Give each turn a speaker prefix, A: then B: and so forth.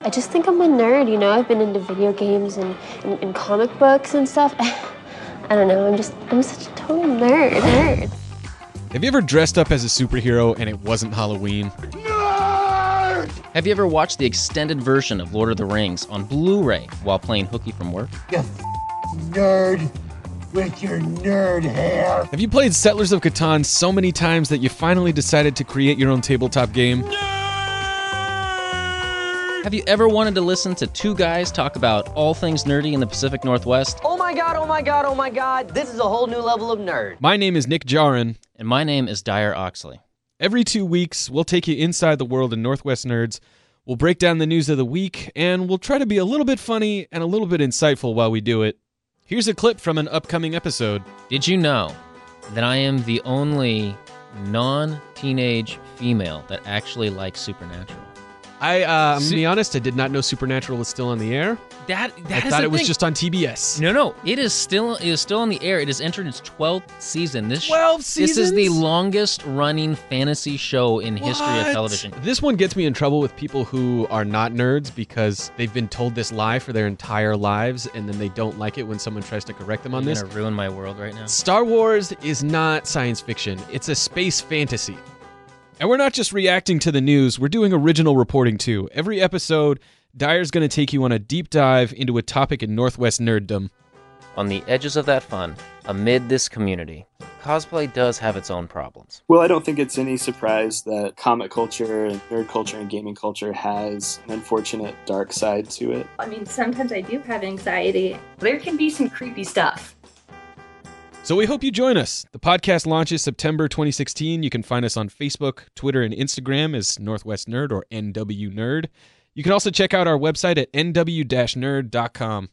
A: I just think I'm a nerd, you know? I've been into video games and, and, and comic books and stuff. I don't know, I'm just, I'm such a total nerd. nerd.
B: Have you ever dressed up as a superhero and it wasn't Halloween?
C: Have you ever watched the extended version of Lord of the Rings on Blu ray while playing hooky from work?
D: You f- nerd with your nerd hair.
B: Have you played Settlers of Catan so many times that you finally decided to create your own tabletop game?
C: Have you ever wanted to listen to two guys talk about all things nerdy in the Pacific Northwest?
E: Oh my god, oh my god, oh my god, this is a whole new level of nerd.
B: My name is Nick Jarin.
C: And my name is Dyer Oxley.
B: Every two weeks, we'll take you inside the world of Northwest nerds. We'll break down the news of the week, and we'll try to be a little bit funny and a little bit insightful while we do it. Here's a clip from an upcoming episode.
C: Did you know that I am the only non teenage female that actually likes Supernatural?
B: I, uh, I'm gonna be honest, I did not know Supernatural was still on the air.
C: That, that
B: I
C: is
B: thought
C: the
B: it was
C: thing.
B: just on TBS.
C: No, no, it is still it is still on the air. It has entered its 12th season. This sh-
B: 12
C: This is the
B: seasons?
C: longest running fantasy show in history of television.
B: This one gets me in trouble with people who are not nerds because they've been told this lie for their entire lives, and then they don't like it when someone tries to correct them on
C: You're
B: this.
C: gonna ruin my world right now.
B: Star Wars is not science fiction, it's a space fantasy. And we're not just reacting to the news, we're doing original reporting too. Every episode, Dyer's going to take you on a deep dive into a topic in Northwest nerddom.
C: On the edges of that fun, amid this community, cosplay does have its own problems.
F: Well, I don't think it's any surprise that comic culture and nerd culture and gaming culture has an unfortunate dark side to it.
G: I mean, sometimes I do have anxiety. There can be some creepy stuff.
B: So we hope you join us. The podcast launches September 2016. You can find us on Facebook, Twitter, and Instagram as Northwest Nerd or NW Nerd. You can also check out our website at nw-nerd.com.